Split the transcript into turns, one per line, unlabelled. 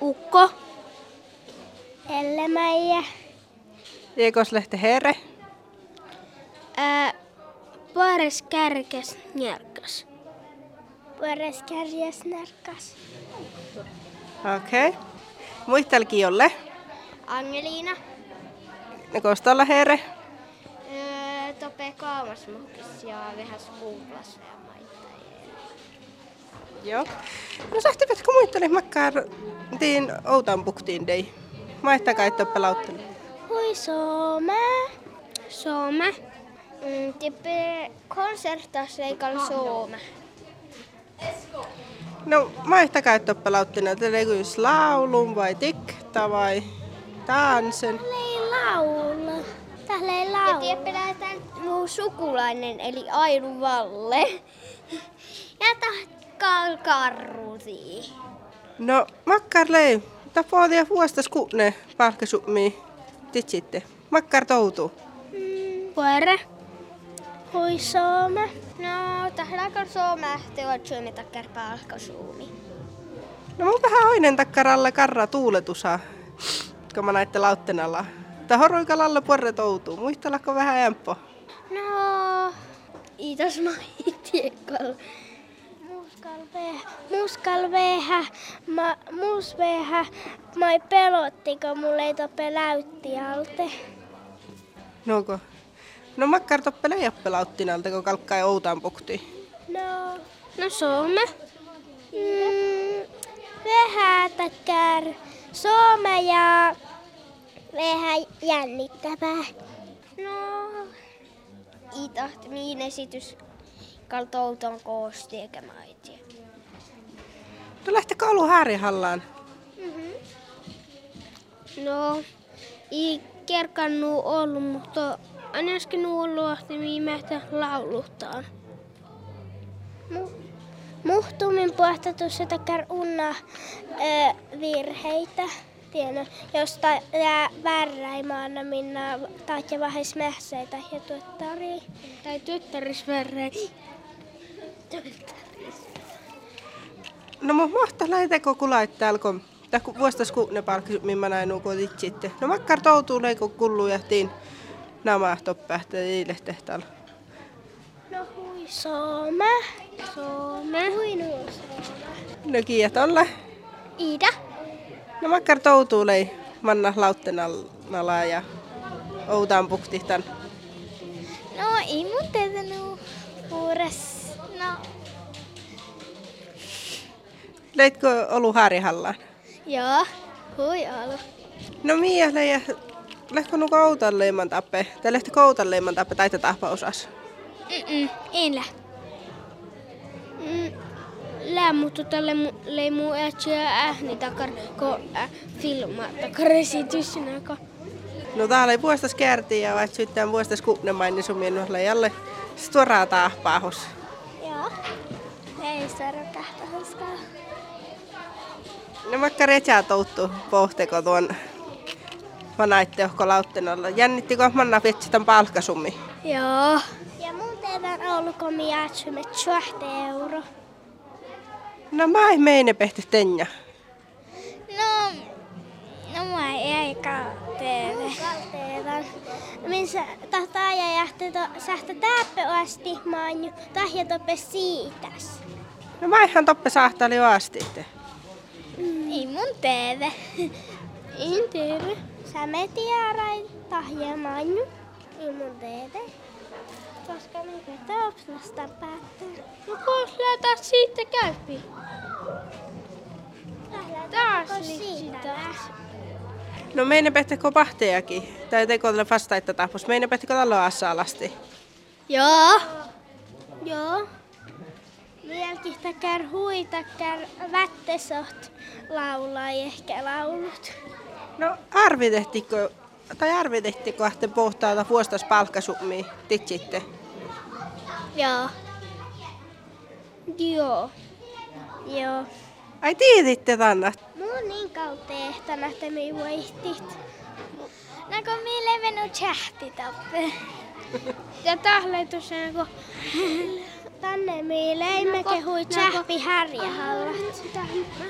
Ukko. Ellemäijä.
Jekoslehte Here.
Ää, Pares kärkes närkäs. Pares kärkes närkäs.
Okei. Okay. Muistel kiolle.
Angeliina.
Kostolla Here.
Öö, tope kaamas muhkis ja vähäs kumplas ja maittaa.
Joo. No sähtivätkö muisteli makkar tiin outan puktiin dei. Maittakaa et oo pelauttelu.
Oi Soome. Soome. Mm, Tippe konserttasveikal Soome.
No maittakaa et oo pelauttina. Telekyys laulun vai tikta vai tanssin.
ei laula. Täällä ei laula. Ja tiedätkö lähdetään mun sukulainen eli Ainu Valle. Ja tahkaa karrusi.
No makkar lei. Tapoilia vuostas kuune palkkasummii. Titsitte. Makkar toutuu.
Puere. Hui Soome. No, tahdaakar Soome teoa tsyömi takkar palkkasuumi.
No mun vähän oinen takkaralle karra tuuletusa, kun mä näitte lauttenalla. Tää horoikalalla porre toutuu, muistelako vähän ämppo?
No, itas mä tiekal. Muskal vehä, ma, mus vehä, mai pelottiko mulle ei tope läytti alte.
Nuuko? No makkar toppele ei oo pelauttinalta, kun kalkkaa ja outaan pukti.
No. No Suome. Mm, vähätäkär. Suome ja vähän jännittävää. No. Itaht, mihin esitys kaltouton koosti eikä mä itse.
No lähtekö Oulu häärihallaan?
No, ei kerkannut ollut, mutta aina äsken ollut, niin viimeistä lauluttaan. Muhtumin puhtatus takar unna ö, virheitä. Tiedän, jos ta- jää värräimaana minna taatja vähäis mehseitä ja tuottari. Tai tuottaris värräi.
No mun mahto lähtekö kulait täällä, kun tai kun vuostas kuune palkki, minä näin nuuko titsitte. No makkar toutuu leiko kullu jähtiin nämä toppähtä iille tehtäällä.
No hui Soome. Soome. Hui nuu Soome.
No kiiät olla.
Ida.
No makkar toutuu lei manna lauttenalla ja outaan puktihtan.
No ei mun teitä nuu puures. No
Leitkö Oulu häärihallaan?
Joo, hui alu.
No miä leijä, lähtkö nu koutan leiman tappe? Tai lähti koutan leiman tappe tai tahpa osas?
Mm-mm, en lä. Mm, lä, mutta tälle mu- lei muu ätsä ääni takar, ko ä, filma takar esityksenä. Ko.
No täällä ei vuostas kärti ja vaikka sitten vuostas kuunemain, niin sun minun leijalle suoraan tahpaahus.
Joo. Ei saada tähtä hauskaa.
No vaikka retsää touttu pohteko tuon vanaitte ohko lauttenalla. Jännittikö manna vitsitän palkkasummi?
Joo. Ja mun teidän Oulu komi ätsymet 20 euro.
No mä ei meine pehti tenja.
No, no mä ei kalteele. Kalteelan. Minä tahtaa ja jähti to, sähtä täppä oasti maanju, tahja tope siitäs.
No mä ihan toppe sahtali vastitte.
Mm. Ei mun teeve. En teeve. Sä me tiedät tahja maanju. Ei mun teeve. Koska me pitää opslasta päättää. No pois lähtää siitä käypi. Taas siitä.
No meine pehtekö pahtejakin. Tai teko tälle vastaitta tahpus. Meine pehtekö tällä assalasti.
Joo. Joo. Vieläkin takär hui takär vättesoht laulaa ei ehkä laulut.
No arvi tehtikö, tai arvi tehtikö ahte pohtaata vuostas palkkasummi titsitte?
Joo. Joo. Joo.
Ai tiititte tänne.
Muu niin kautta ehtona, että me voitit. No kun me levenu chahti tappe. Ja tahletus on No Tänne me leimme kehui chahpi härjähallat.